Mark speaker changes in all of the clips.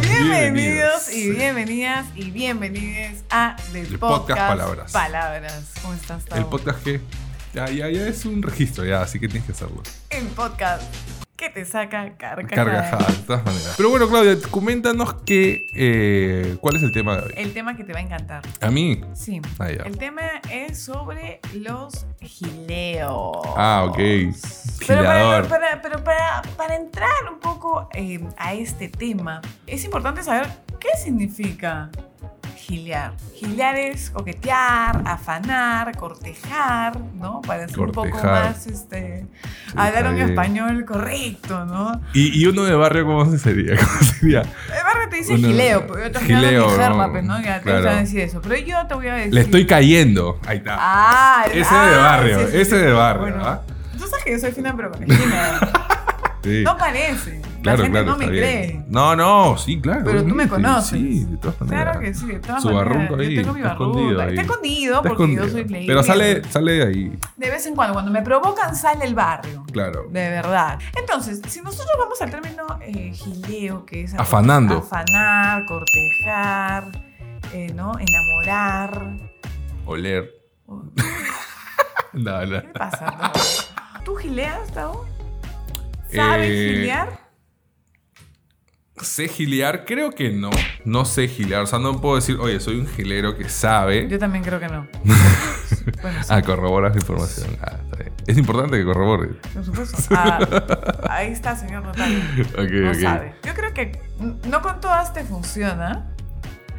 Speaker 1: Bienvenidos y
Speaker 2: Sí.
Speaker 1: bienvenidas y bienvenides a The
Speaker 2: El
Speaker 1: Podcast,
Speaker 2: Podcast Palabras.
Speaker 1: Palabras. ¿Cómo estás, Tavo?
Speaker 2: El podcast que ya, ya, ya es un registro, ya, así que tienes que hacerlo.
Speaker 1: El podcast que te saca carcajada.
Speaker 2: Cargajada, de todas maneras. Pero bueno, Claudia, coméntanos que, eh, cuál es el tema de hoy.
Speaker 1: El tema que te va a encantar.
Speaker 2: A mí.
Speaker 1: Sí.
Speaker 2: Ah, ya.
Speaker 1: El tema es sobre los gileos.
Speaker 2: Ah, ok.
Speaker 1: Pero, para,
Speaker 2: Gileador.
Speaker 1: para- pero para, para entrar un poco eh, a este tema, es importante saber qué significa gilear. Gilear es coquetear, afanar, cortejar, ¿no? Para ser un poco
Speaker 2: Cortejar.
Speaker 1: más, este,
Speaker 2: Sí,
Speaker 1: hablar
Speaker 2: está
Speaker 1: un
Speaker 2: bien.
Speaker 1: español correcto, ¿no?
Speaker 2: Y, y uno de barrio, ¿cómo se sería? ¿Cómo sería?
Speaker 1: El barrio te dice
Speaker 2: Uno-
Speaker 1: gileo, pero yo te
Speaker 2: gileo,
Speaker 1: gileo,
Speaker 2: ¿no?
Speaker 1: ¿no? Ya te
Speaker 2: Claro.
Speaker 1: van a decir eso. Pero yo te voy a decir...
Speaker 2: Le estoy cayendo. Ahí está.
Speaker 1: Ah,
Speaker 2: ese
Speaker 1: ah,
Speaker 2: de barrio,
Speaker 1: sí, sí,
Speaker 2: ese
Speaker 1: sí.
Speaker 2: de barrio,
Speaker 1: Bueno,
Speaker 2: ¿ah?
Speaker 1: Tú sabes que yo soy fina pero con esquina.
Speaker 2: Sí.
Speaker 1: No parece. La gente no me
Speaker 2: está bien.
Speaker 1: cree.
Speaker 2: No, no, sí, claro.
Speaker 1: Pero tú me
Speaker 2: obviamente,
Speaker 1: conoces.
Speaker 2: Sí, de todas maneras.
Speaker 1: Claro que sí, de todas
Speaker 2: Su
Speaker 1: maneras.
Speaker 2: barrunco ahí,
Speaker 1: Yo tengo mi
Speaker 2: está
Speaker 1: barrunco.
Speaker 2: escondido
Speaker 1: Está
Speaker 2: ahí.
Speaker 1: escondido
Speaker 2: Está
Speaker 1: porque
Speaker 2: escondido.
Speaker 1: yo soy play.
Speaker 2: Pero sale, sale de ahí,
Speaker 1: De vez en cuando, cuando me provocan, sale el barrio.
Speaker 2: claro.
Speaker 1: De verdad. Entonces, si nosotros vamos al término eh, gileo, que es
Speaker 2: Afanando.
Speaker 1: afanar, cortejar, eh, ¿no? Enamorar.
Speaker 2: Oler. No, no.
Speaker 1: ¿Qué le pasa? no? ¿Tú gileas, Tavo? ¿Sabes
Speaker 2: Eh,
Speaker 1: gilear?
Speaker 2: ¿Sé gilear? Creo que no. No sé gilear. O sea, no puedo decir, oye, soy un gilero que sabe.
Speaker 1: Yo también creo que no. bueno, sí.
Speaker 2: Ah, corroboras la información. Ah, está bien. Es importante que corrobore.
Speaker 1: Por supuesto. Ah, ahí está, señor notario.
Speaker 2: Ok,
Speaker 1: No
Speaker 2: ok.
Speaker 1: sabe. Yo creo que n- no con todas te funciona,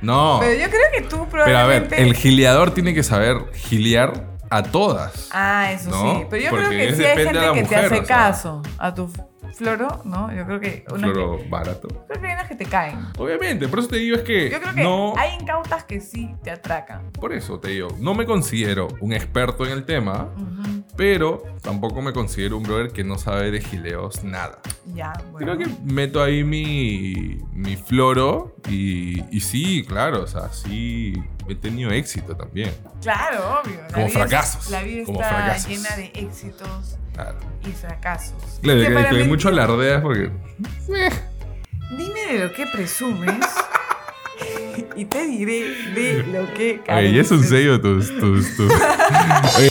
Speaker 2: No.
Speaker 1: pero yo creo que tú probablemente.
Speaker 2: Pero a ver, el gileador tiene que saber gilear a todas.
Speaker 1: Ah, eso
Speaker 2: No,
Speaker 1: sí. Pero yo
Speaker 2: porque
Speaker 1: creo que
Speaker 2: es
Speaker 1: sí hay
Speaker 2: depende
Speaker 1: gente
Speaker 2: de la
Speaker 1: que
Speaker 2: mujer,
Speaker 1: te hace
Speaker 2: o sea.
Speaker 1: caso a tu floro, ¿no? Yo creo que. unas
Speaker 2: Floro barato.
Speaker 1: que- creo que hay unas que te caen.
Speaker 2: Obviamente, por eso te digo es que,
Speaker 1: Yo creo que
Speaker 2: Eh, no,
Speaker 1: hay incautas que sí te atracan.
Speaker 2: por eso te digo, no me considero un experto en el tema,
Speaker 1: Ujú.
Speaker 2: pero tampoco me considero un brother que no sabe de gileos nada.
Speaker 1: Ya, bueno.
Speaker 2: Creo que meto ahí mi, mi floro y, y sí, claro, o sea, sí he tenido éxito también.
Speaker 1: Claro, obvio. La
Speaker 2: Como
Speaker 1: vida es-
Speaker 2: fracasos,
Speaker 1: la vida
Speaker 2: como
Speaker 1: está
Speaker 2: fracasos.
Speaker 1: llena de éxitos
Speaker 2: Claro,
Speaker 1: y fracasos.
Speaker 2: claro
Speaker 1: Que Eh,
Speaker 2: que,
Speaker 1: para
Speaker 2: que
Speaker 1: mí-
Speaker 2: mucho alardeas porque...
Speaker 1: Dime de lo que presumes y te diré de lo que
Speaker 2: Ay, es un
Speaker 1: careces.
Speaker 2: sello tus... tus, tus-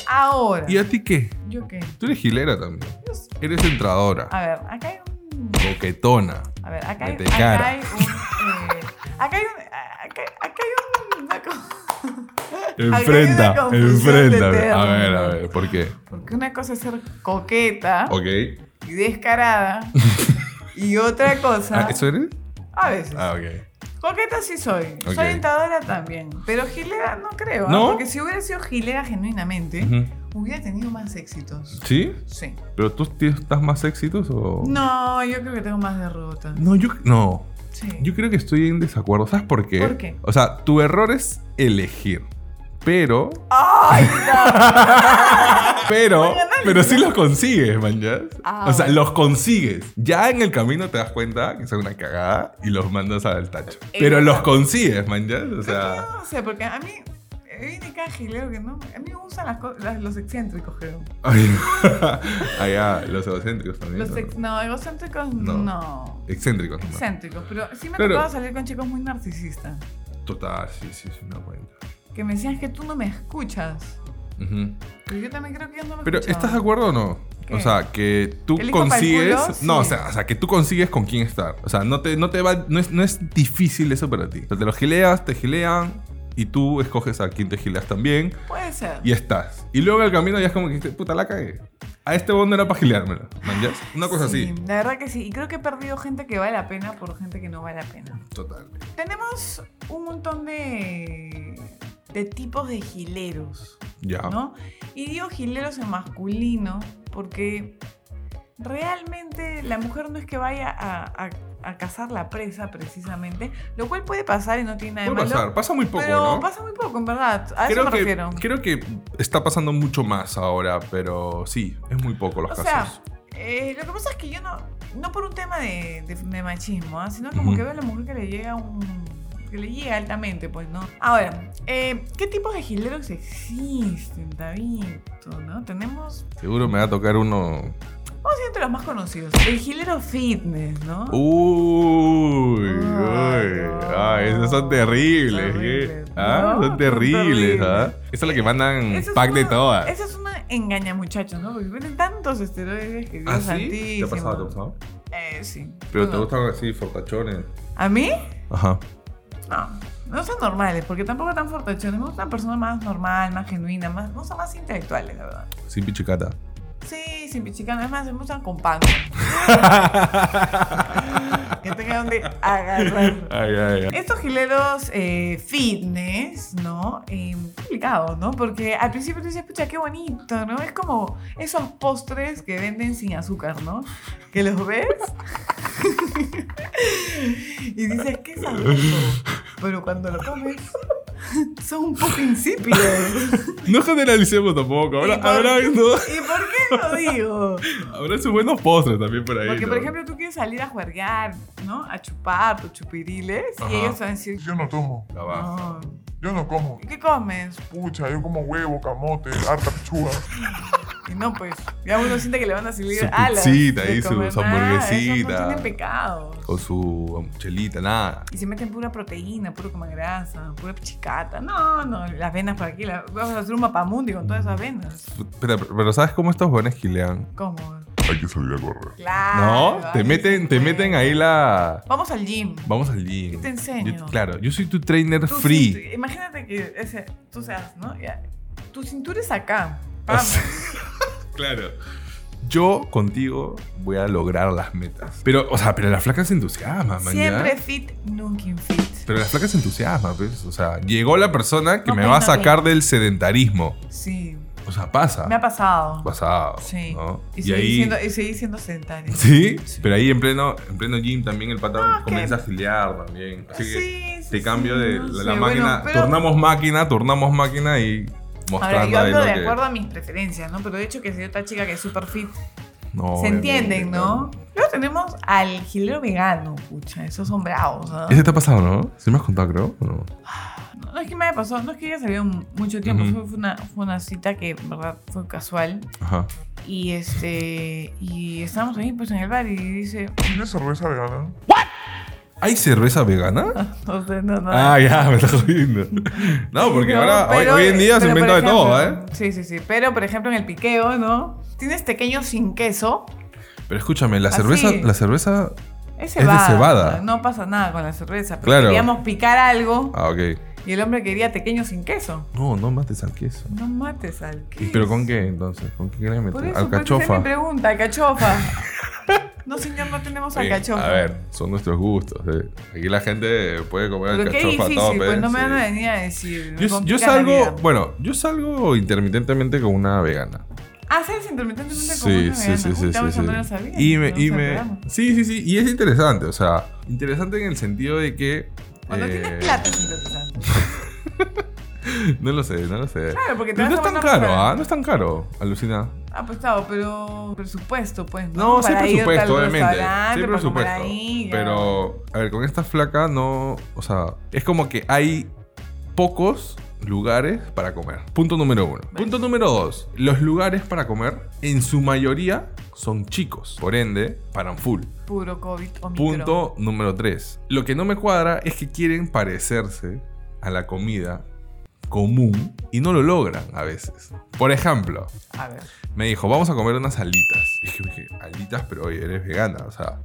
Speaker 1: Ahora.
Speaker 2: ¿Y a ti qué?
Speaker 1: ¿Yo qué?
Speaker 2: Tú eres gilera también.
Speaker 1: Yo sé.
Speaker 2: Eres entradora,
Speaker 1: A ver, acá hay un.
Speaker 2: coquetona.
Speaker 1: A ver, Ah. acá hay,
Speaker 2: Mete
Speaker 1: acá
Speaker 2: cara.
Speaker 1: hay un. eh, acá hay un. Acá, acá hay un. una co- Acá hay
Speaker 2: Enfrenta,
Speaker 1: una confusión
Speaker 2: enfrenta.
Speaker 1: de
Speaker 2: A ver, a
Speaker 1: términos.
Speaker 2: ver, ¿por qué?
Speaker 1: Porque una cosa es ser coqueta
Speaker 2: Ok.
Speaker 1: y descarada. y otra cosa.
Speaker 2: Ah, ¿Eso eres?
Speaker 1: A veces.
Speaker 2: Ah, ok.
Speaker 1: Coqueta sí soy.
Speaker 2: Ok.
Speaker 1: Soy tentadora también. Pero gilera no creo. ¿ah?
Speaker 2: ¿No?
Speaker 1: Porque si hubiera sido gilera genuinamente, hubiera tenido más éxitos.
Speaker 2: ¿Sí?
Speaker 1: Sí.
Speaker 2: ¿Pero tú t- estás más exitoso? o-
Speaker 1: No, yo creo que tengo más derrotas.
Speaker 2: No, yo, no.
Speaker 1: Sí.
Speaker 2: Yo creo que estoy en desacuerdo. ¿Sabes por qué?
Speaker 1: ¿Por qué?
Speaker 2: O sea, tu error es elegir. Pero.
Speaker 1: ¡Ay, no!
Speaker 2: Pero.
Speaker 1: análisis.
Speaker 2: Pero sí los consigues, man. ¿ya?
Speaker 1: Ah,
Speaker 2: o sea,
Speaker 1: bueno.
Speaker 2: los consigues. Ya en el camino te das cuenta que son una cagada y los mandas al tacho. Pero los consigues, man. ¿ya? O sea.
Speaker 1: No sé, porque a mí. eh, Viene cada gilero que no. A mí me gustan las, co- las- los excéntricos, creo.
Speaker 2: Allá, los egocéntricos también.
Speaker 1: Los
Speaker 2: ¿no?
Speaker 1: ex- no, egocéntricos
Speaker 2: No.
Speaker 1: no.
Speaker 2: Excéntricos. nomás.
Speaker 1: Excéntricos. Pero sí me ha
Speaker 2: Claro.
Speaker 1: tocado salir con chicos muy narcisistas.
Speaker 2: Total, sí, sí, sí, me cuenta.
Speaker 1: Que me decían "Es que tú no me escuchas. Pero yo también creo que yo no me
Speaker 2: Pero,
Speaker 1: escuchaba.
Speaker 2: ¿estás de acuerdo o no?
Speaker 1: ¿Qué?
Speaker 2: O sea, que tú
Speaker 1: ¿Elijo pa'l
Speaker 2: consigues.
Speaker 1: culo? Sí.
Speaker 2: No, o sea, o sea, que tú consigues con quién estar. O sea, no te, no te va. No es, no es difícil eso para ti. O sea, te los gileas, te gilean. Y tú escoges a quién te gileas también.
Speaker 1: Puede ser.
Speaker 2: Y estás. Y luego en el camino ya es como que dijiste, puta, la cagué. A este bond era para gileármelo. ¿manjas? Una cosa
Speaker 1: Sí,
Speaker 2: así.
Speaker 1: La verdad que sí. Y creo que he perdido gente que vale la pena por gente que no vale la pena.
Speaker 2: Total.
Speaker 1: Tenemos un montón de, de tipos de gileros,
Speaker 2: Ya.
Speaker 1: ¿no? Y digo gileros en masculino porque realmente la mujer no es que vaya a, a- a cazar la presa precisamente, lo cual puede pasar y no tiene nada de
Speaker 2: Puede
Speaker 1: malo.
Speaker 2: pasar. Pasa muy poco,
Speaker 1: pero
Speaker 2: ¿no?
Speaker 1: pasa muy poco, en verdad. A eso me
Speaker 2: que,
Speaker 1: refiero.
Speaker 2: creo que está pasando mucho más ahora, pero sí, es muy poco los
Speaker 1: O sea,
Speaker 2: casos.
Speaker 1: eh, lo que pasa es que yo no, no por un tema de, de- de machismo, ¿ah? sino como
Speaker 2: Ujú.
Speaker 1: que veo a la mujer que le llega un... que le llega altamente, pues, ¿no? Ahora, eh, ¿qué tipos de gileros existen, Tabito, no? Tenemos,
Speaker 2: Seguro me va a tocar uno. Uh,
Speaker 1: vamos a ir entre los más conocidos, el gilero fitness, ¿no?
Speaker 2: Uy, Ah,
Speaker 1: Ay, No,
Speaker 2: son terribles.
Speaker 1: terribles.
Speaker 2: ¿eh? ¿Ah?
Speaker 1: No,
Speaker 2: son
Speaker 1: son
Speaker 2: terribles.
Speaker 1: terribles.
Speaker 2: ¿ah? Esa es la que mandan
Speaker 1: Esa es
Speaker 2: pack de
Speaker 1: una-
Speaker 2: todas.
Speaker 1: Esa es una engaña, muchachos, ¿no? Porque vienen tantos esteroides que Dios
Speaker 2: ¿Ah, sí? ¿Te
Speaker 1: santísimo.
Speaker 2: ha pasado? ¿Te ha pasado?
Speaker 1: Eh, sí.
Speaker 2: Pero
Speaker 1: ¿Tú
Speaker 2: te
Speaker 1: no?
Speaker 2: gustan así, fortachones.
Speaker 1: ¿A mí?
Speaker 2: Ajá.
Speaker 1: No. No son normales, porque tampoco tan fortachones. Me gusta una persona más normal, más genuina, más, me gustan más intelectuales, la verdad.
Speaker 2: Sin pichicata.
Speaker 1: Sí, sin pichicano. Es más, me gustan con pan. que tenga donde agarrar.
Speaker 2: Ay, ay, ay.
Speaker 1: Estos gileros eh, fitness, ¿no? Eh, complicado, ¿no? Porque al principio tú dices, pucha, qué bonito, ¿no? Es como esos postres que venden sin azúcar, ¿no? Que los ves y dices, qué sabroso. Pero cuando lo comes, son un poco insípidos.
Speaker 2: No generalicemos tampoco. Habrá,
Speaker 1: ¿Y por-
Speaker 2: habrá, ¿no?
Speaker 1: ¿Y por qué lo digo?
Speaker 2: habrá sus buenos postres también por ahí.
Speaker 1: Porque,
Speaker 2: ¿no?
Speaker 1: por ejemplo, tú quieres salir a juergar, ¿no? A chupar tus chupiriles
Speaker 2: Ajá.
Speaker 1: y ellos te van a decir,
Speaker 3: Yo no tomo,
Speaker 2: La baja.
Speaker 1: no,
Speaker 3: yo no como.
Speaker 1: ¿qué comes?
Speaker 3: Pucha, yo como huevo, camote, harta pechuga.
Speaker 1: Y no, pues, ya uno siente que le van a salir
Speaker 2: Su
Speaker 1: alas.
Speaker 2: pizzita
Speaker 1: de
Speaker 2: ahí, su-
Speaker 1: comer
Speaker 2: su
Speaker 1: nada, esos
Speaker 2: hamburguesita.
Speaker 1: No tienen pecado.
Speaker 2: Con su chelita, nada.
Speaker 1: Y se meten pura proteína, puro como grasa, pura chicata. No, no, las venas por aquí. la- vamos a hacer un mapamundi con todas esas venas.
Speaker 2: Pero, pero ¿sabes cómo estos jóvenes gilean?
Speaker 1: ¿Cómo?
Speaker 3: Hay que salir a correr.
Speaker 1: Claro.
Speaker 2: ¿No? Te
Speaker 1: ahí
Speaker 2: meten,
Speaker 1: sí
Speaker 2: te
Speaker 1: fue.
Speaker 2: meten ahí la.
Speaker 1: Vamos al gym.
Speaker 2: Vamos al gym.
Speaker 1: ¿Qué te enseño?
Speaker 2: Yo- claro, yo soy tu trainer
Speaker 1: Tu
Speaker 2: free.
Speaker 1: cintu- imagínate que ese, tú seas, ¿no? Ya. Tu cintura es acá. Vamos.
Speaker 2: Claro. Yo contigo voy a lograr las metas. Pero, o sea, pero las flacas se entusiasman, man, ¿ya?
Speaker 1: Siempre fit, nunca infit.
Speaker 2: Pero las flacas se entusiasman, pues. O sea, llegó la persona que
Speaker 1: No,
Speaker 2: me
Speaker 1: pues,
Speaker 2: va a
Speaker 1: no,
Speaker 2: sacar del sedentarismo.
Speaker 1: Sí.
Speaker 2: O sea, pasa.
Speaker 1: Me ha pasado.
Speaker 2: pasado.
Speaker 1: Sí.
Speaker 2: ¿no?
Speaker 1: Y,
Speaker 2: Y,
Speaker 1: seguí
Speaker 2: ahí.
Speaker 1: siendo, y seguí siendo sedentaria.
Speaker 2: ¿Sí?
Speaker 1: Sí.
Speaker 2: pero ahí en pleno, en pleno gym también el patán
Speaker 1: que-
Speaker 2: comienza a gilear también. Así que
Speaker 1: Sí, sí,
Speaker 2: te
Speaker 1: sí,
Speaker 2: cambio de
Speaker 1: no
Speaker 2: la,
Speaker 1: sé,
Speaker 2: la
Speaker 1: bueno,
Speaker 2: máquina.
Speaker 1: pero-
Speaker 2: Tornamos máquina, tornamos máquina y
Speaker 1: Ahora,
Speaker 2: mostrando
Speaker 1: yo
Speaker 2: ahí
Speaker 1: hablo
Speaker 2: lo
Speaker 1: de
Speaker 2: que-
Speaker 1: acuerdo a mis preferencias, ¿no? Pero de hecho que si hay otra chica que es super fit,
Speaker 2: No,
Speaker 1: se
Speaker 2: obviamente,
Speaker 1: entienden, ¿no?
Speaker 2: claro.
Speaker 1: Luego tenemos al gilero vegano, pucha, esos son bravos, ¿no?
Speaker 2: Ese te ha pasado, ¿no? Sí me has contado, creo. ¿o no?
Speaker 1: No, no es que me haya pasado, no es que haya salido m- mucho tiempo,
Speaker 2: Ujú.
Speaker 1: fue, fue una, fue una cita que, en verdad, fue casual.
Speaker 2: Ajá.
Speaker 1: Y este, y estábamos ahí, pues, en el bar y dice,
Speaker 3: ¿Tienes cerveza vegana?
Speaker 2: ¿Hay cerveza vegana?
Speaker 1: no sé, no, no.
Speaker 2: Ah, ya, me estás jodiendo. No, porque
Speaker 1: No,
Speaker 2: ahora, hoy-
Speaker 1: pero-
Speaker 2: hoy, en día se
Speaker 1: pero, por
Speaker 2: inventa de todo, ¿eh?
Speaker 1: ejemplo, Sí, sí, sí. Pero, por ejemplo, en el piqueo, ¿no? Tienes tequeño sin queso.
Speaker 2: Pero escúchame, la
Speaker 1: Así.
Speaker 2: cerveza, la cerveza.
Speaker 1: Es
Speaker 2: de
Speaker 1: cebada.
Speaker 2: cebada.
Speaker 1: No pasa nada con la cerveza. Pero
Speaker 2: Claro.
Speaker 1: queríamos picar algo
Speaker 2: Ah, ok.
Speaker 1: y el hombre quería tequeño sin queso.
Speaker 2: No, no mates al queso.
Speaker 1: No mates al
Speaker 2: ¿Y
Speaker 1: queso.
Speaker 2: ¿Pero con qué entonces? ¿Con qué quieres
Speaker 1: Por
Speaker 2: meter?
Speaker 1: eso, pues, esa es mi
Speaker 2: Alcachofa.
Speaker 1: pregunta, alcachofa. no, señor, no tenemos
Speaker 2: Sí,
Speaker 1: alcachofa.
Speaker 2: A ver, son nuestros gustos. eh. Aquí la gente puede comer
Speaker 1: Pero qué
Speaker 2: alcachofa
Speaker 1: difícil,
Speaker 2: a tope.
Speaker 1: pues no me
Speaker 2: sí.
Speaker 1: van a venir a decir. me
Speaker 2: yo, yo
Speaker 1: complica la vida.
Speaker 2: salgo, bueno, yo salgo intermitentemente con una vegana.
Speaker 1: Ah, sales intermitentemente como
Speaker 2: Sí,
Speaker 1: una
Speaker 2: sí, sí,
Speaker 1: vegana.
Speaker 2: sí,
Speaker 1: Puta,
Speaker 2: sí,
Speaker 1: eso
Speaker 2: sí.
Speaker 1: no lo sabía.
Speaker 2: Y me,
Speaker 1: No
Speaker 2: y
Speaker 1: se
Speaker 2: me,
Speaker 1: aclaramos.
Speaker 2: sí, sí, sí, y es interesante, o sea, interesante en el sentido de que
Speaker 1: Cuando
Speaker 2: eh,
Speaker 1: tienes plata, es interesante.
Speaker 2: No lo sé, no lo sé.
Speaker 1: Claro, porque te
Speaker 2: Pero
Speaker 1: vas
Speaker 2: no es
Speaker 1: a
Speaker 2: tan
Speaker 1: una
Speaker 2: caro,
Speaker 1: persona-
Speaker 2: ¿ah? No es tan caro, alucina.
Speaker 1: Ah, pues claro, pero presupuesto, pues.
Speaker 2: No, sí
Speaker 1: Para irte al
Speaker 2: presupuesto, obviamente. Sí
Speaker 1: restaurante, para comer
Speaker 2: presupuesto.
Speaker 1: ahí, ya.
Speaker 2: Pero, a ver, con esta flaca no. O sea, es como que hay pocos lugares para comer. Punto número uno. Punto número dos. Los lugares para comer, en su mayoría, son chicos. Por ende, paran full.
Speaker 1: Puro COVID o
Speaker 2: Punto número tres. Lo que no me cuadra es que quieren parecerse a la comida común y no lo logran a veces. Por ejemplo,
Speaker 1: A ver.
Speaker 2: me dijo, vamos a comer unas alitas. Y yo dije, alitas, pero oye, eres vegana, o sea,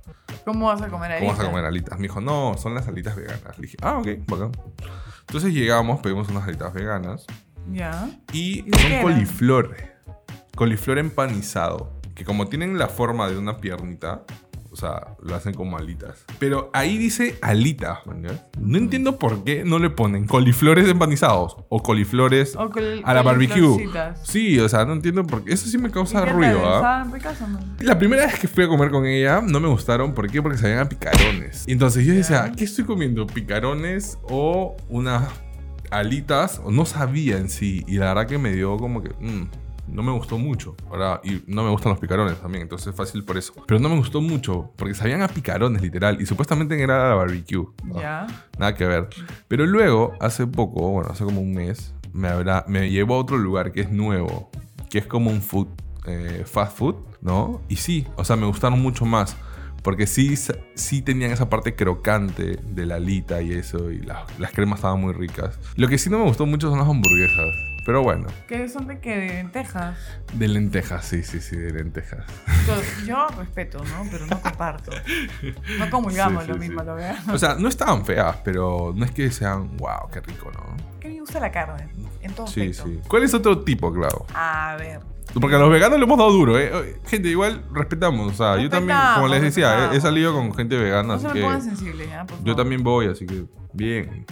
Speaker 1: ¿Cómo vas a comer ahí?
Speaker 2: ¿cómo vas a comer alitas? Me dijo, no, son las alitas veganas. Le dije, ah, ok, bacán. Entonces llegamos, pedimos unas alitas veganas
Speaker 1: Ya.
Speaker 2: y
Speaker 1: ¿Y de qué
Speaker 2: son
Speaker 1: eran?
Speaker 2: coliflor. Coliflor empanizado, que como tienen la forma de una piernita, o sea, lo hacen como alitas. Pero ahí dice alitas, man, ¿ya? No
Speaker 1: Mm.
Speaker 2: entiendo por qué no le ponen coliflores empanizados o coliflores
Speaker 1: O col-
Speaker 2: a la barbecue.
Speaker 1: coliflorcitas.
Speaker 2: Sí, o sea, no entiendo por qué. Eso sí me
Speaker 1: ¿Y
Speaker 2: causa
Speaker 1: qué
Speaker 2: ruido,
Speaker 1: tal?
Speaker 2: ¿ah?
Speaker 1: ¿Saben ricas o no?
Speaker 2: La primera vez que fui a comer con ella no me gustaron. ¿Por qué? Porque sabían a picarones. Y Entonces yo decía,
Speaker 1: Ya.
Speaker 2: ¿qué estoy comiendo? ¿Picarones o unas alitas? O no sabía en sí. Y la verdad que me dio como que... mm, no me gustó mucho. Ahora, y no me gustan los picarones también, entonces es fácil por eso. Pero no me gustó mucho, porque sabían a picarones, literal. Y supuestamente era barbecue. ¿no?
Speaker 1: Ya.
Speaker 2: Nada que ver. Pero luego, hace poco, bueno, hace como un mes, me, habrá, me llevó a otro lugar que es nuevo, que es como un food, eh, fast food, ¿no? Y sí, o sea, me gustaron mucho más. Porque sí, sa- sí tenían esa parte crocante de la alita y eso, y la- las cremas estaban muy ricas. Lo que sí no me gustó mucho son las hamburguesas. Pero bueno,
Speaker 1: Que son de que de lentejas.
Speaker 2: de lentejas, sí, sí, sí, de lentejas.
Speaker 1: Yo- Yo respeto, ¿no? Pero no comparto. No comulgamos
Speaker 2: Sí,
Speaker 1: lo
Speaker 2: sí,
Speaker 1: mismo,
Speaker 2: sí.
Speaker 1: lo veo.
Speaker 2: O sea, no estaban feas, pero no es que sean, wow, qué rico, ¿no?
Speaker 1: Que me gusta la carne. En todo
Speaker 2: Sí,
Speaker 1: aspecto.
Speaker 2: sí. ¿Cuál es otro tipo, claro?
Speaker 1: A ver.
Speaker 2: Porque a los veganos le hemos dado duro, ¿eh? Gente, igual respetamos. O sea, yo también, como
Speaker 1: Respetamos,
Speaker 2: les decía, he, he
Speaker 1: respetamos.
Speaker 2: salido con gente vegana,
Speaker 1: No
Speaker 2: así
Speaker 1: se me
Speaker 2: que
Speaker 1: pongan sensible, ¿ya? Por
Speaker 2: yo
Speaker 1: favor.
Speaker 2: también voy, así que bien.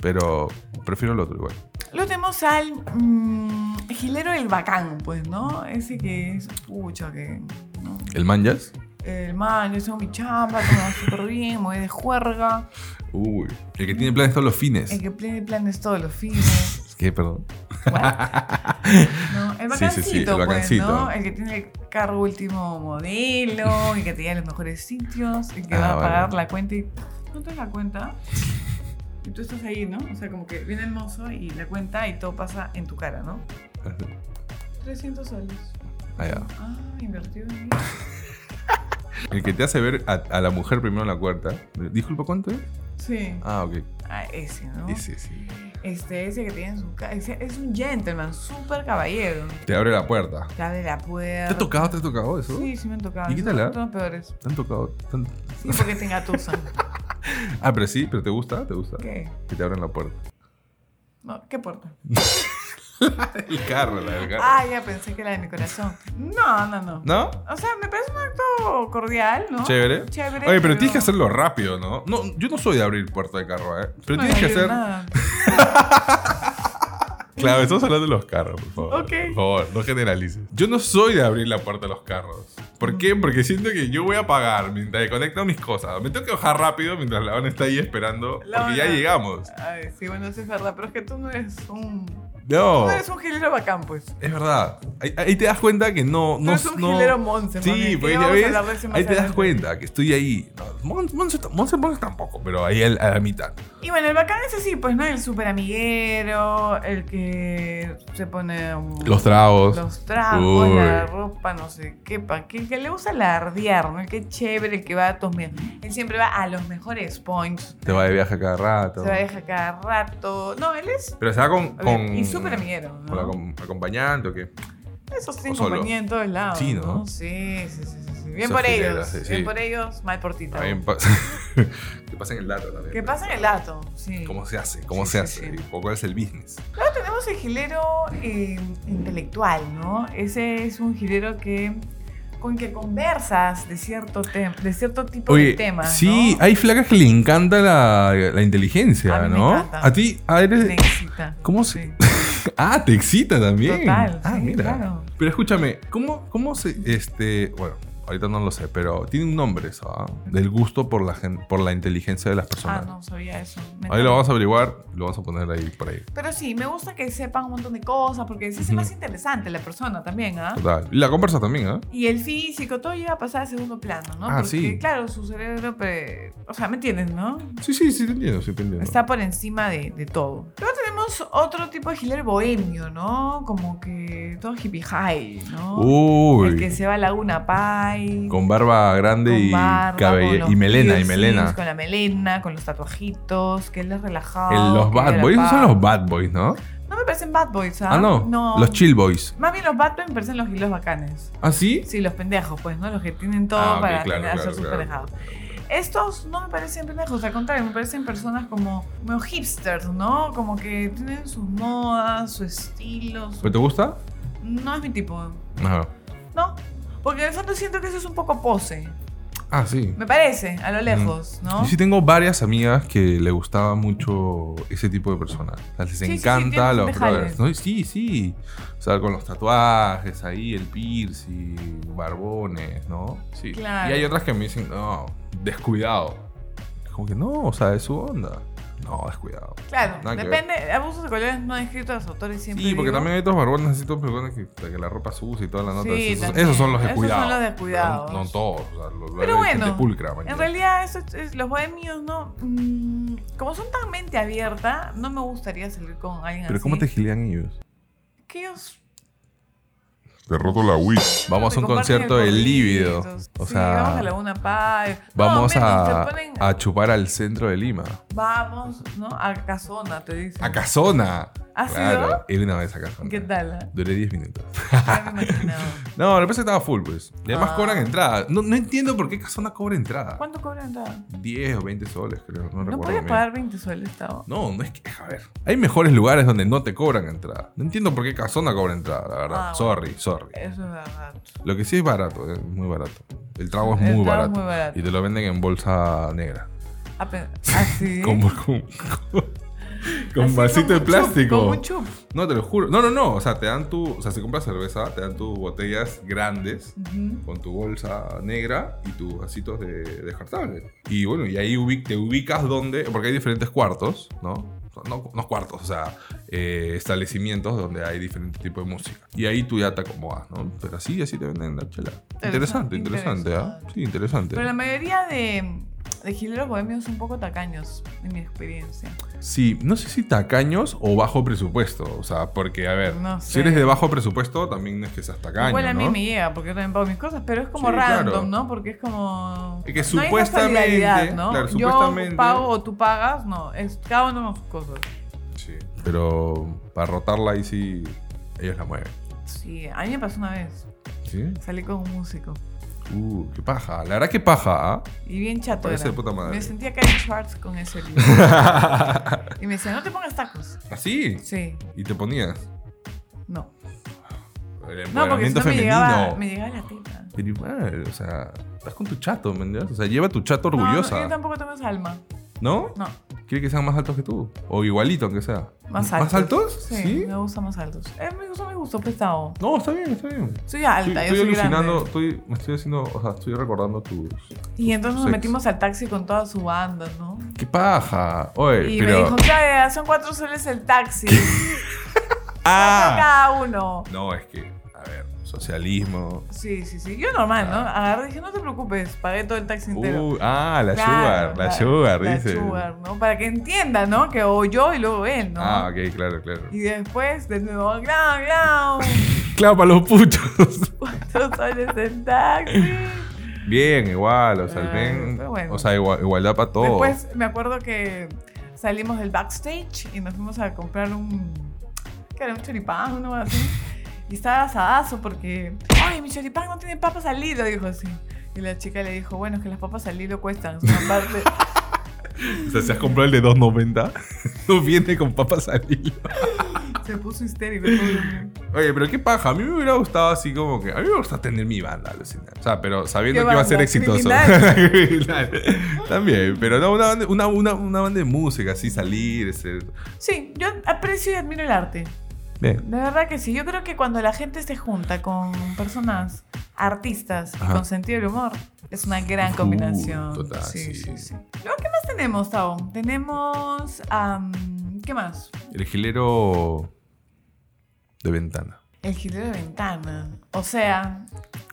Speaker 2: Pero prefiero el otro igual.
Speaker 1: Lo tenemos al mm, Gilero el Bacán, pues, ¿no? Ese que es. Pucha, que. ¿no?
Speaker 2: ¿El manjas?
Speaker 1: El man, yo tengo mi chamba, que me va súper bien, me voy de juerga.
Speaker 2: Uy. El que tiene planes todos los fines.
Speaker 1: El que tiene planes todos los fines.
Speaker 2: ¿Qué, perdón?
Speaker 1: What? No, el
Speaker 2: Sí, sí,
Speaker 1: bacancito,
Speaker 2: sí, el
Speaker 1: pues,
Speaker 2: bacancito.
Speaker 1: ¿no? El que tiene el carro último modelo, el que te lleva a los mejores sitios, el que
Speaker 2: Ah,
Speaker 1: va a
Speaker 2: vale.
Speaker 1: pagar la cuenta y... ¿No te das la cuenta? Y tú estás ahí, ¿no? O sea, como que viene el mozo y la cuenta y todo pasa en tu cara, ¿no? 300 soles.
Speaker 2: Ah, ya.
Speaker 1: Ah, invertido en mí.
Speaker 2: El que te hace ver a, a la mujer primero en la puerta. Disculpa, ¿cuánto es?
Speaker 1: Sí.
Speaker 2: Ah, ok.
Speaker 1: Ah, ese, ¿no?
Speaker 2: Sí, sí, sí.
Speaker 1: Este, ese que tiene en su casa. Es un gentleman, súper caballero.
Speaker 2: Te abre la puerta.
Speaker 1: Te abre la
Speaker 2: ¿Te
Speaker 1: puerta.
Speaker 2: ha tocado, te ha tocado eso?
Speaker 1: Sí, sí me han tocado.
Speaker 2: ¿Y qué
Speaker 1: Esos
Speaker 2: tal,
Speaker 1: son
Speaker 2: ah?
Speaker 1: todos peores.
Speaker 2: ¿Te han tocado? ¿Te han-
Speaker 1: Sí, porque te engatusan.
Speaker 2: Ah, pero sí, pero ¿te gusta? ¿Te gusta?
Speaker 1: ¿Qué?
Speaker 2: Que te abran la puerta.
Speaker 1: No, ¿Qué puerta?
Speaker 2: El carro, la del carro.
Speaker 1: Ah, ya pensé que la de mi corazón. No, no, no.
Speaker 2: ¿No?
Speaker 1: O sea, me parece un acto cordial, ¿no?
Speaker 2: Chévere.
Speaker 1: Chévere.
Speaker 2: Oye, pero tienes que hacerlo rápido, ¿no? No, yo no soy de abrir puerta de carro, ¿eh? Pero
Speaker 1: No
Speaker 2: tienes que
Speaker 1: digo
Speaker 2: hacer.
Speaker 1: nada.
Speaker 2: Claro, estamos hablando de los carros, por favor.
Speaker 1: Ok.
Speaker 2: Por favor, no generalices. Yo no soy de abrir la puerta de los carros. ¿Por qué? Porque siento que yo voy a pagar mientras conecto mis cosas. Me tengo que bajar rápido mientras la van está ahí esperando.
Speaker 1: La
Speaker 2: porque ya
Speaker 1: Habana.
Speaker 2: llegamos.
Speaker 1: Ay, sí, bueno, eso es verdad. Pero es que tú no eres un. Tú
Speaker 2: No.
Speaker 1: no eres un gilero bacán, pues.
Speaker 2: Es verdad. Ahí, ahí te das cuenta que no.
Speaker 1: Tú
Speaker 2: no
Speaker 1: eres un
Speaker 2: no-
Speaker 1: gilero monse, mami,
Speaker 2: Sí,
Speaker 1: que
Speaker 2: pues ya
Speaker 1: ya vamos a
Speaker 2: ves.
Speaker 1: hablar de ese más
Speaker 2: Ahí te das
Speaker 1: adelante.
Speaker 2: cuenta que estoy ahí. No, Mon- Monse Monse- Monse tampoco, pero ahí al- a la mitad.
Speaker 1: Y bueno, el bacán es así, pues, ¿no? El súper amiguero, el que se pone. un-
Speaker 2: Los tragos.
Speaker 1: Los tragos,
Speaker 2: Uy.
Speaker 1: la ropa, no sé qué, pa, que, que le gusta alardear, ¿no? El que es chévere, el que va a tus me- Él siempre va a los mejores points,
Speaker 2: Te va de viaje cada rato.
Speaker 1: se va a dejar cada rato. No, él es.
Speaker 2: Pero se va con.
Speaker 1: a ver,
Speaker 2: con
Speaker 1: y súper amiguero,
Speaker 2: ¿Con la
Speaker 1: ¿no?
Speaker 2: com- acompañante o qué?
Speaker 1: Eso sí,
Speaker 2: o solo.
Speaker 1: compañía en todos lados.
Speaker 2: Sí, ¿no?
Speaker 1: Sí, sí, sí. sí, sí. Bien
Speaker 2: Esos
Speaker 1: por
Speaker 2: fileros,
Speaker 1: ellos.
Speaker 2: sí, sí.
Speaker 1: Bien por ellos, mal por ti
Speaker 2: Está bien,
Speaker 1: también.
Speaker 2: pa- que pasen el dato también.
Speaker 1: Que pasa en el lato, sí.
Speaker 2: ¿Cómo se hace? ¿Cómo
Speaker 1: Sí,
Speaker 2: se
Speaker 1: sí,
Speaker 2: hace?
Speaker 1: sí.
Speaker 2: ¿O ¿Cuál es el business?
Speaker 1: Luego tenemos el gilero eh, intelectual, ¿no? Ese es un gilero que con que conversas de cierto, tem- de cierto tipo de temas.
Speaker 2: sí,
Speaker 1: ¿no?
Speaker 2: hay flacas que le encanta la, la inteligencia,
Speaker 1: A mí me
Speaker 2: ¿no?
Speaker 1: encanta.
Speaker 2: A ti, ah, eres-
Speaker 1: Me excita.
Speaker 2: ¿Cómo se-
Speaker 1: Sí.
Speaker 2: Ah, te excita también.
Speaker 1: Total,
Speaker 2: ah,
Speaker 1: sí,
Speaker 2: mira.
Speaker 1: claro.
Speaker 2: Pero escúchame, ¿cómo, ¿cómo se. este Bueno, ahorita no lo sé, pero tiene un nombre eso, ¿ah? Del gusto por la, gen- por la inteligencia de las
Speaker 1: Ah,
Speaker 2: personas.
Speaker 1: no sabía eso. Me
Speaker 2: Ahí lo
Speaker 1: encanta.
Speaker 2: vamos a averiguar, lo vamos a poner ahí por ahí.
Speaker 1: Pero sí, me gusta que sepan un montón de cosas porque se hace
Speaker 2: Ujú.
Speaker 1: más interesante la persona también, ¿ah?
Speaker 2: Total. Y la conversa también, ¿ah?
Speaker 1: Y el físico, todo llega a pasar a segundo plano, ¿no?
Speaker 2: Ah,
Speaker 1: Porque,
Speaker 2: sí.
Speaker 1: claro, su cerebro, pe- o sea, ¿me entiendes, no?
Speaker 2: Sí, sí, sí, te entiendo, sí, te entiendo.
Speaker 1: Está por encima de, de todo. Luego tenemos otro tipo de giler bohemio, ¿no? Como que todo hippie high, ¿no? El que
Speaker 2: Uy,
Speaker 1: se va a Laguna Pai.
Speaker 2: con barba grande
Speaker 1: con
Speaker 2: y,
Speaker 1: barba,
Speaker 2: cabelle-
Speaker 1: con los
Speaker 2: y melena, y
Speaker 1: piercings,
Speaker 2: melena.
Speaker 1: Con la melena, con los tatuajitos, que él es relajado.
Speaker 2: El- los
Speaker 1: que
Speaker 2: bad
Speaker 1: llora
Speaker 2: boys, esos son
Speaker 1: paz.
Speaker 2: los bad boys, ¿no?
Speaker 1: No me parecen bad boys, ¿ah?
Speaker 2: Ah, no,
Speaker 1: No.
Speaker 2: los chill boys.
Speaker 1: Más bien los bad boys me parecen los hilos bacanes.
Speaker 2: ¿Ah, sí?
Speaker 1: Sí, los pendejos, pues, ¿no? Los que tienen todo
Speaker 2: Ah, ok,
Speaker 1: para
Speaker 2: claro,
Speaker 1: tener-
Speaker 2: claro,
Speaker 1: hacer sus
Speaker 2: claro.
Speaker 1: pendejadas. Estos no me parecen pendejos, al contrario, me parecen personas como, como hipsters, ¿no? Como que tienen sus modas, su estilo. su-
Speaker 2: ¿Pero te gusta?
Speaker 1: No es mi tipo,
Speaker 2: Ajá.
Speaker 1: ¿no? Porque en el fondo siento que eso es un poco pose.
Speaker 2: Ah, sí.
Speaker 1: Me parece, a lo lejos, ¿no?
Speaker 2: Yo sí tengo varias amigas que le gustaba mucho ese tipo de personas. O sea, les
Speaker 1: sí, sí,
Speaker 2: encanta
Speaker 1: tienen
Speaker 2: los
Speaker 1: dejales.
Speaker 2: brothers. ¿no? Sí, sí. O sea, con los tatuajes ahí, el piercing, barbones, ¿no? Sí.
Speaker 1: Claro.
Speaker 2: Y hay otras que me dicen, no, descuidado. Como que no, o sea, es su onda. No, descuidado.
Speaker 1: Claro,
Speaker 2: Nada que ver.
Speaker 1: depende. Abusos de colores no descritos de los autores siempre.
Speaker 2: Sí, porque
Speaker 1: digo.
Speaker 2: también hay otros barbones, así todos pelucones que, que la ropa sucia y toda la nota.
Speaker 1: Sí,
Speaker 2: esos,
Speaker 1: también.
Speaker 2: esos son los
Speaker 1: Esos son
Speaker 2: descuidados.
Speaker 1: los descuidados.
Speaker 2: No, no todos. O sea, lo- lo-
Speaker 1: Pero
Speaker 2: hay gente
Speaker 1: bueno,
Speaker 2: pulcra, man.
Speaker 1: En realidad, eso es- es- los bohemios, ¿no? Mm, como son tan mente abierta, no me gustaría salir con alguien
Speaker 2: Pero
Speaker 1: así.
Speaker 2: ¿cómo te gilean ellos?
Speaker 1: Que ellos
Speaker 3: Te he roto la Wii.
Speaker 2: Vamos a un
Speaker 1: Te comparten
Speaker 2: concierto
Speaker 1: el
Speaker 2: de líbido.
Speaker 1: corrido.
Speaker 2: O
Speaker 1: Sí,
Speaker 2: sea,
Speaker 1: vamos a Laguna Paz. No,
Speaker 2: vamos
Speaker 1: menos,
Speaker 2: a,
Speaker 1: te ponen-
Speaker 2: a chupar al centro de Lima.
Speaker 1: Vamos, ¿no? A Casona, te dicen.
Speaker 2: ¡A Casona!
Speaker 1: ¿Ah, sí,
Speaker 2: claro, ir una vez a Casona.
Speaker 1: ¿Qué tal? eh?
Speaker 2: Duré 10 minutos.
Speaker 1: Ya me imaginaba.
Speaker 2: No, lo que pasa es que estaba full, pues. Y además
Speaker 1: Ah.
Speaker 2: cobran entrada. No, no entiendo por qué Casona cobra entrada.
Speaker 1: ¿Cuánto cobran entrada?
Speaker 2: 10 o 20 soles, creo. No,
Speaker 1: No
Speaker 2: recuerdo.
Speaker 1: podías
Speaker 2: bien.
Speaker 1: pagar 20 soles, estaba.
Speaker 2: No, no es que. A ver. Hay mejores lugares donde no te cobran entrada. No entiendo por qué Casona cobra entrada, la verdad.
Speaker 1: Ah, bueno.
Speaker 2: Sorry, sorry.
Speaker 1: Eso es verdad.
Speaker 2: Lo que sí es barato, eh, es muy barato. El trago es
Speaker 1: El
Speaker 2: muy,
Speaker 1: trago es
Speaker 2: barato,
Speaker 1: muy barato.
Speaker 2: Y te lo venden en bolsa negra.
Speaker 1: Así.
Speaker 2: Con, con, con, con vasito de plástico.
Speaker 1: Con un chup.
Speaker 2: No, te lo juro. No, no, no. O sea, te dan tu. O sea, si compras cerveza, te dan tus botellas grandes
Speaker 1: Ujú.
Speaker 2: con tu bolsa negra y tus vasitos de descartables. Y bueno, y ahí ubi- te ubicas donde. Porque hay diferentes cuartos, ¿no? O sea, No, no cuartos, o sea, eh, establecimientos donde hay diferentes tipos de música. Y ahí tú ya te acomodas, ¿no? Pero así, así te venden la chela. Interesante,
Speaker 1: Interesante,
Speaker 2: interesante, ¿ah?
Speaker 1: interesante.
Speaker 2: Sí, interesante.
Speaker 1: Pero la mayoría de, de gileros bohemios son un poco tacaños, en mi experiencia.
Speaker 2: Sí, no sé si tacaños o bajo presupuesto. O sea, porque, a ver,
Speaker 1: No
Speaker 2: si
Speaker 1: sé.
Speaker 2: eres de bajo presupuesto, también no es que seas tacaño.
Speaker 1: Igual a mí
Speaker 2: ¿no?
Speaker 1: me llega, porque yo también pago mis cosas, pero es como
Speaker 2: Sí,
Speaker 1: random,
Speaker 2: claro.
Speaker 1: ¿no? Porque es como.
Speaker 2: Es que
Speaker 1: no hay esa
Speaker 2: supuestamente,
Speaker 1: solidaridad, ¿no?
Speaker 2: claro,
Speaker 1: Yo
Speaker 2: supuestamente-
Speaker 1: pago o tú pagas, no. Es cada uno con sus cosas.
Speaker 2: Sí. Pero para rotarla ahí sí, ellos la mueven.
Speaker 1: Sí, a mí me pasó una vez.
Speaker 2: ¿Sí?
Speaker 1: Salí con un músico.
Speaker 2: Uh, qué paja. La verdad, que paja, ¿ah?
Speaker 1: Y bien chato.
Speaker 2: Parece
Speaker 1: era.
Speaker 2: de puta madre.
Speaker 1: Me sentía Karen Schwartz con ese libro. y me decía, no te pongas tacos.
Speaker 2: Así.
Speaker 1: Sí,
Speaker 2: Y te ponías.
Speaker 1: no.
Speaker 2: El
Speaker 1: No, porque si
Speaker 2: empoderamiento
Speaker 1: no me
Speaker 2: femenino.
Speaker 1: llegaba, me llegaba la teta.
Speaker 2: Pero igual, o sea, estás con tu chato, ¿me entiendes? O sea, lleva tu chato
Speaker 1: No, no, yo
Speaker 2: orgullosa. ¿No?
Speaker 1: tampoco tengo esa alma. No,
Speaker 2: ¿Quiere que sean más altos que tú? O igualito, aunque sea.
Speaker 1: más altos.
Speaker 2: ¿Más altos?
Speaker 1: Sí, me gustan más altos. Eh, me gusta, me gustó prestado.
Speaker 2: No, está bien, está bien.
Speaker 1: Soy alta,
Speaker 2: estoy,
Speaker 1: yo soy
Speaker 2: estoy alucinando,
Speaker 1: grande.
Speaker 2: estoy, me estoy haciendo, o sea, estoy recordando tus.
Speaker 1: Y entonces nos
Speaker 2: sexo.
Speaker 1: metimos al taxi con toda su banda, ¿no?
Speaker 2: ¡Qué paja! Oye,
Speaker 1: Y
Speaker 2: Eh, pero.
Speaker 1: me dijo, Claudia, son cuatro soles el taxi. Cuatro
Speaker 2: ¡Ah!
Speaker 1: cada uno.
Speaker 2: No, es que, a ver, socialismo.
Speaker 1: Sí, sí, sí. Yo normal, ¿no? Agarré y dije, no te preocupes, pagué todo el taxi
Speaker 2: Ah.
Speaker 1: entero.
Speaker 2: Uh, ah, la
Speaker 1: Claro,
Speaker 2: sugar, la, sugar,
Speaker 1: la
Speaker 2: dice.
Speaker 1: sugar, ¿no? Para que entienda, ¿no? Que o yo y luego él, ¿no?
Speaker 2: Ah, ok, claro, claro.
Speaker 1: Y después, de nuevo, ¡Glau, glau!
Speaker 2: Claro, para los puchos.
Speaker 1: Cuatro soles el taxi.
Speaker 2: bien, igual, o sea,
Speaker 1: Ay,
Speaker 2: bien.
Speaker 1: pero bueno.
Speaker 2: O sea, igual- igualdad para todos.
Speaker 1: Después me acuerdo que salimos del backstage y nos fuimos a comprar un. ¿Qué era? Un choripán, una cosa así. Y estaba asadazo porque. ¡Ay, mi choripán no tiene papas al hilo! Dijo así. Y la chica le dijo: Bueno, es que las papas al hilo cuestan. Es una parte.
Speaker 2: O sea, si has comprado el de 2.90, no viene con papas al hilo.
Speaker 1: Se puso histérico. todo el mundo.
Speaker 2: Oye, pero qué paja. A mí me hubiera gustado así como que. A mí me gusta tener mi banda, alucinar. O sea, pero sabiendo
Speaker 1: ¿Qué
Speaker 2: que iba a ser
Speaker 1: banda?
Speaker 2: exitoso.
Speaker 1: Criminal.
Speaker 2: Criminal. También, pero no, una, banda, una, una, una banda de música, así salir. ser-
Speaker 1: Sí, yo aprecio y admiro el arte.
Speaker 2: Bien.
Speaker 1: De verdad que sí. Yo creo que cuando la gente se junta con personas artistas y
Speaker 2: Ajá.
Speaker 1: con sentido del humor, es una gran
Speaker 2: Uh,
Speaker 1: combinación.
Speaker 2: total,
Speaker 1: sí,
Speaker 2: sí.
Speaker 1: sí, sí. Luego, ¿qué más tenemos, Tao? Tenemos. am, ¿Qué más?
Speaker 2: El gilero de ventana.
Speaker 1: El gilero de ventana. O sea,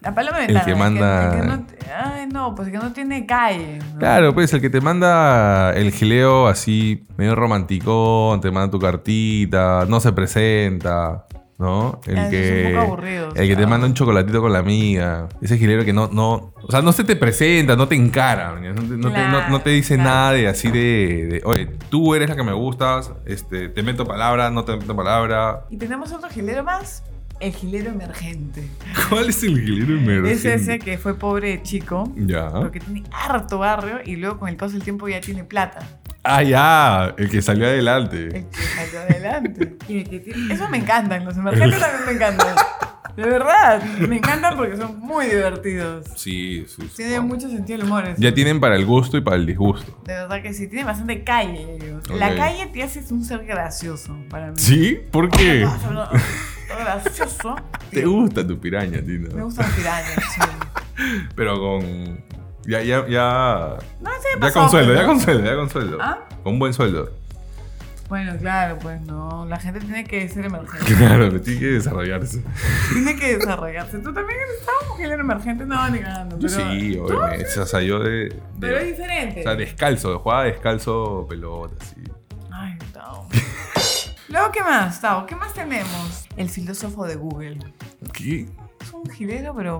Speaker 1: la paloma de
Speaker 2: El
Speaker 1: ventana.
Speaker 2: que manda-
Speaker 1: el que no te- ay, no, pues el que no tiene calle. ¿no?
Speaker 2: Claro, pues el que te manda el gileo así, medio romántico, te manda tu cartita, no se presenta, ¿no? El
Speaker 1: Esos
Speaker 2: que.
Speaker 1: son un poco aburridos,
Speaker 2: El que te
Speaker 1: claro.
Speaker 2: manda un chocolatito con la amiga. Ese gilero que no, no. O sea, no se te presenta, no te encara. No te, no te-
Speaker 1: Claro,
Speaker 2: no- no te dice
Speaker 1: claro.
Speaker 2: nada de así de, de, Oye, tú eres la que me gustas. Este, te meto palabra, no te meto palabra.
Speaker 1: Y tenemos otro gilero más. El gilero emergente.
Speaker 2: ¿Cuál es el gilero emergente?
Speaker 1: Es ese que fue pobre chico.
Speaker 2: Ya.
Speaker 1: Porque tiene harto barrio y luego con el paso del tiempo ya tiene plata.
Speaker 2: Ah, ya. El que salió adelante.
Speaker 1: El que salió adelante. Y el que tiene- Eso me encantan, los emergentes también me encantan. De verdad, me encantan porque son muy divertidos.
Speaker 2: Sí, sus-
Speaker 1: Tienen mucho sentido el humor. eso.
Speaker 2: Ya tienen para el gusto y para el disgusto.
Speaker 1: De verdad que sí, tienen bastante calle ellos. La
Speaker 2: Ok.
Speaker 1: calle te hace un ser gracioso para mí.
Speaker 2: ¿Sí? ¿Por qué?
Speaker 1: Ah, sobre todo- todo gracioso.
Speaker 2: Te gusta tu piraña, Tina.
Speaker 1: Me gustan las pirañas, sí.
Speaker 2: Pero con. Ya, ya, ya.
Speaker 1: No, ese
Speaker 2: Ya
Speaker 1: me pasó,
Speaker 2: con sueldo,
Speaker 1: pero-
Speaker 2: ya con sueldo, ya con sueldo.
Speaker 1: ¿Ah?
Speaker 2: Con buen sueldo.
Speaker 1: Bueno, claro, pues no. La gente tiene que ser emergente.
Speaker 2: Claro, pero tiene que desarrollarse.
Speaker 1: Tiene que desarrollarse. Tú también eres una mujer emergente, no, ni ganando.
Speaker 2: Yo
Speaker 1: Pero,
Speaker 2: sí, obviamente. O sea, yo de. de-
Speaker 1: pero es diferente.
Speaker 2: o sea, descalzo, jugaba descalzo pelota, así.
Speaker 1: Ay, Tao. Luego, ¿qué más, Tao? ¿Qué más tenemos? El filósofo de Google.
Speaker 2: ¿Qué?
Speaker 1: Es un gilero, pero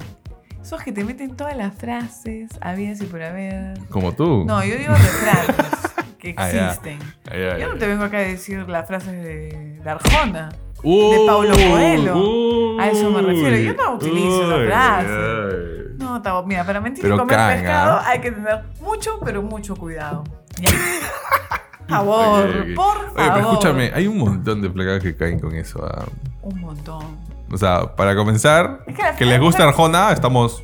Speaker 1: esos que te meten todas las frases, habidas y por haber.
Speaker 2: Como tú.
Speaker 1: No, yo digo refranes que
Speaker 2: Ah, ya.
Speaker 1: existen.
Speaker 2: Ay, ay,
Speaker 1: Yo no
Speaker 2: ay.
Speaker 1: te vengo acá a decir las frases de, de Arjona.
Speaker 2: Uy,
Speaker 1: Paulo Coelho.
Speaker 2: uy,
Speaker 1: A eso me refiero. Yo no utilizo esa
Speaker 2: ay,
Speaker 1: frase.
Speaker 2: ay.
Speaker 1: No, Tavo, mira, para mentir
Speaker 2: Pero
Speaker 1: y comer
Speaker 2: caen,
Speaker 1: pescado
Speaker 2: ¿ah?
Speaker 1: hay que tener mucho, pero mucho cuidado. Ya. Por favor,
Speaker 2: Ok, ok.
Speaker 1: por favor.
Speaker 2: Oye, pero escúchame, hay un montón de placas que caen con eso. ah.
Speaker 1: Un montón.
Speaker 2: O sea, para comenzar,
Speaker 1: Es que la
Speaker 2: que les gusta
Speaker 1: frase-
Speaker 2: Arjona, estamos.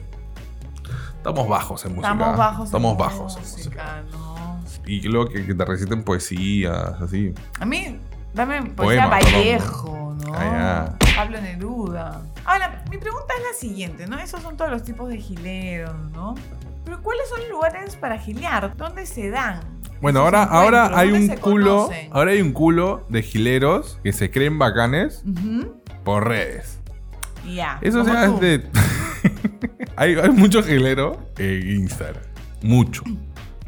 Speaker 2: Estamos bajos en música.
Speaker 1: Estamos bajos. en
Speaker 2: Estamos bajos en música.
Speaker 1: música, no.
Speaker 2: Y luego que, que te reciten poesías, así.
Speaker 1: A mí, dame poesía
Speaker 2: Poema,
Speaker 1: Vallejo, ¿no?
Speaker 2: Ah,
Speaker 1: Pablo Neruda. Ahora, mi pregunta es la siguiente, ¿no? Esos son todos los tipos de gileros, ¿no? Pero ¿cuáles son los lugares para gilear? ¿Dónde se dan?
Speaker 2: Bueno,
Speaker 1: esos
Speaker 2: ahora, ahora
Speaker 1: encuentros?
Speaker 2: hay
Speaker 1: ¿Dónde
Speaker 2: un
Speaker 1: se
Speaker 2: culo.
Speaker 1: conocen?
Speaker 2: Ahora hay un culo de gileros que se creen bacanes
Speaker 1: Ujú,
Speaker 2: por redes.
Speaker 1: Ya.
Speaker 2: Eso
Speaker 1: como
Speaker 2: sea
Speaker 1: tú.
Speaker 2: es de. hay, hay mucho gilero en Instagram. Mucho.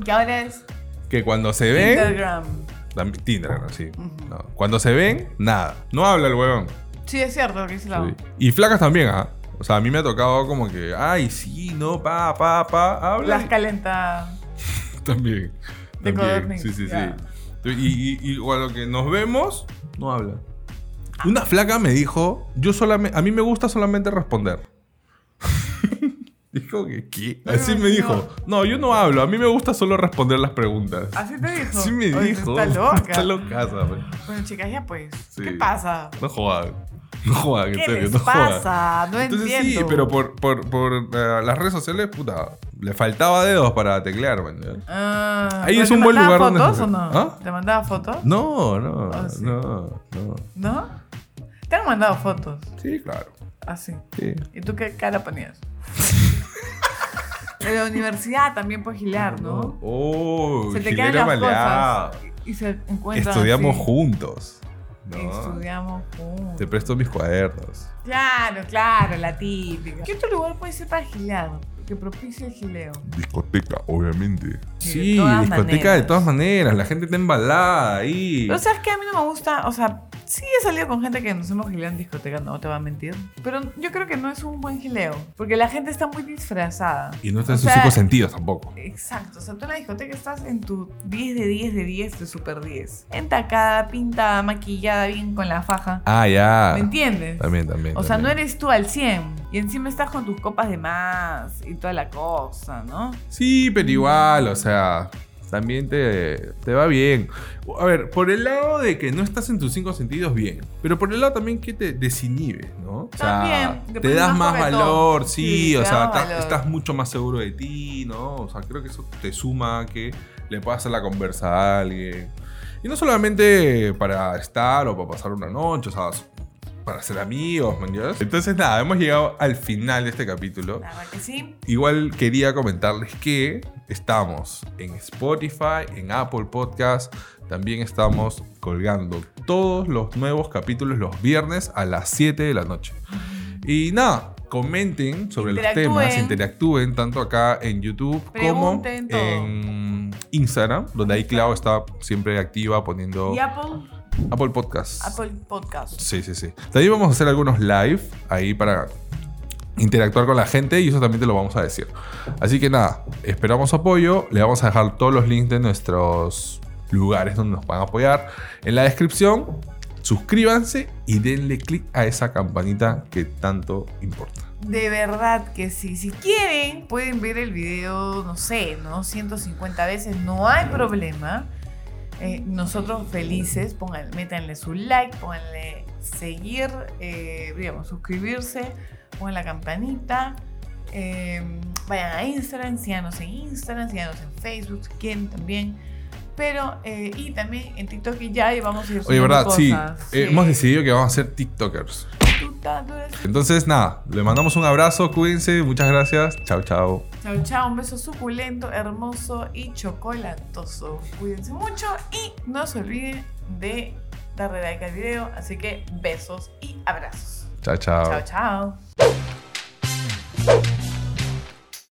Speaker 1: Que ahora es
Speaker 2: Que cuando se ven.
Speaker 1: Instagram.
Speaker 2: También, Tinder, ¿no? sí.
Speaker 1: Ujú.
Speaker 2: No. Cuando se ven, nada. No habla el huevón.
Speaker 1: Sí, es cierto lo que dice la
Speaker 2: Sí. Y flacas también, ajá. O sea, a mí me ha tocado como que, ay, sí, no, pa, pa, pa, habla.
Speaker 1: Las calenta.
Speaker 2: también.
Speaker 1: De
Speaker 2: también.
Speaker 1: codorniz,
Speaker 2: Sí, sí,
Speaker 1: ya.
Speaker 2: sí. Y, y, y a lo que nos vemos, no habla.
Speaker 1: Ah.
Speaker 2: Una flaca me dijo, yo solamente, a mí me gusta solamente responder. dijo que, ¿qué?
Speaker 1: No,
Speaker 2: Así me
Speaker 1: no.
Speaker 2: dijo, no, yo no hablo, a mí me gusta solo responder las preguntas.
Speaker 1: Así te dijo.
Speaker 2: Así me
Speaker 1: Ah, Oye,
Speaker 2: dijo.
Speaker 1: Está loca.
Speaker 2: Está locaza, man.
Speaker 1: Bueno, chicas, ya pues.
Speaker 2: Sí.
Speaker 1: ¿Qué pasa?
Speaker 2: No jodas. No jodas, en
Speaker 1: ¿Qué
Speaker 2: serio,
Speaker 1: les
Speaker 2: no jodas.
Speaker 1: pasa? No
Speaker 2: Entonces
Speaker 1: entiendo.
Speaker 2: sí, pero por, por, por eh, las redes sociales, puta, le faltaba dedos para teclear, ¿eh? ¿me entiendes?
Speaker 1: Ah,
Speaker 2: Ahí
Speaker 1: ¿pero
Speaker 2: es
Speaker 1: te
Speaker 2: un buen
Speaker 1: mandaba
Speaker 2: lugar donde
Speaker 1: fotos o
Speaker 2: hacer-
Speaker 1: no?
Speaker 2: ¿Ah?
Speaker 1: ¿Te mandaba fotos?
Speaker 2: No, no,
Speaker 1: Ah, sí.
Speaker 2: no, no.
Speaker 1: ¿No? Te han mandado fotos,
Speaker 2: Sí, claro.
Speaker 1: así.
Speaker 2: Sí.
Speaker 1: ¿Y tú qué cara ponías? en la universidad también puedes gilear, ¿no?
Speaker 2: Oh,
Speaker 1: Se te
Speaker 2: Gilera
Speaker 1: quedan las
Speaker 2: Baleado.
Speaker 1: cosas y se encuentran
Speaker 2: Estudiamos
Speaker 1: así.
Speaker 2: juntos. ¿no?
Speaker 1: Estudiamos juntos.
Speaker 2: Te presto mis cuadernos.
Speaker 1: Claro, claro, la típica. ¿Qué otro lugar puede ser para gilear? Que propicie el gileo.
Speaker 3: Discoteca, obviamente.
Speaker 1: Sí,
Speaker 2: Sí,
Speaker 1: de todas
Speaker 2: discoteca de
Speaker 1: maneras.
Speaker 2: todas maneras. La gente está embalada ahí.
Speaker 1: Pero sabes que a mí no me gusta, o sea, sí he salido con gente que nos hemos gileado en discoteca, no te voy a mentir. Pero yo creo que no es un buen gileo, porque la gente está muy disfrazada.
Speaker 2: Y no está
Speaker 1: O
Speaker 2: en sus
Speaker 1: sea,
Speaker 2: cinco sentidos tampoco.
Speaker 1: Exacto, o sea, tú en la discoteca estás en tu 10 de 10 de 10 de super 10. Entacada, pintada, maquillada, bien con la faja.
Speaker 2: Ah, ya.
Speaker 1: ¿Me entiendes?
Speaker 2: También, también.
Speaker 1: O sea, no
Speaker 2: también.
Speaker 1: eres tú al 100. Y encima estás con tus copas de más y toda la cosa, ¿no?
Speaker 2: Sí,
Speaker 1: Mm.
Speaker 2: pero igual, o sea, también te, te va bien. A ver, por el lado de que no estás en tus cinco sentidos, bien. Pero por el lado también que te desinhibes, ¿no? O sea,
Speaker 1: También, te
Speaker 2: te
Speaker 1: pones
Speaker 2: das
Speaker 1: más
Speaker 2: más
Speaker 1: juguetón.
Speaker 2: valor, sí,
Speaker 1: Sí,
Speaker 2: o
Speaker 1: te
Speaker 2: sea,
Speaker 1: das
Speaker 2: ta-
Speaker 1: valor.
Speaker 2: estás mucho más seguro de ti, ¿no? O sea, creo que eso te suma a que le puedas hacer la conversa a alguien. Y no solamente para estar o para pasar una noche, o sea, para ser amigos, ¿me entiendes? Entonces, nada, hemos llegado al final de este capítulo.
Speaker 1: La verdad que sí.
Speaker 2: Igual quería comentarles que estamos en Spotify, en Apple Podcast. También estamos colgando todos los nuevos capítulos los viernes a las 7 de la noche. Y nada, comenten sobre los
Speaker 1: Interactúen.
Speaker 2: temas, interactúen tanto acá en YouTube como
Speaker 1: Pregunten todo.
Speaker 2: en Instagram, donde ahí Clau está siempre activa poniendo
Speaker 1: Y Apple,
Speaker 2: Apple Podcasts.
Speaker 1: Apple Podcast.
Speaker 2: Sí, sí, sí. También vamos a hacer algunos live ahí para interactuar con la gente y eso también te lo vamos a decir. Así que nada, esperamos su apoyo. Le vamos a dejar todos los links de nuestros lugares donde nos van a apoyar en la descripción. Suscríbanse y denle click a esa campanita que tanto importa.
Speaker 1: De verdad que sí. Si quieren, pueden ver el video, no sé, ¿no? 150 veces, no hay problema. Eh, nosotros felices, pongan, métanle su like, pónganle seguir, eh, digamos, suscribirse, pongan la campanita. eh, vayan a Instagram, síganos en Instagram, síganos en Facebook, si quieren también. Pero, eh, y también en TikTok y ya, y vamos a ir
Speaker 2: Oye,
Speaker 1: subiendo
Speaker 2: ¿verdad? Sí,
Speaker 1: cosas.
Speaker 2: eh,
Speaker 1: Sí.
Speaker 2: hemos decidido que vamos a ser TikTokers.
Speaker 1: Tuta, tú eres-
Speaker 2: Entonces, nada, le mandamos un abrazo, cuídense, muchas gracias. Chao, chao.
Speaker 1: Chao, chao. Un beso suculento, hermoso y chocolatoso. Cuídense mucho y no se olviden de darle like al video. Así que besos y abrazos.
Speaker 2: Chao, chao.
Speaker 1: Chao, chao.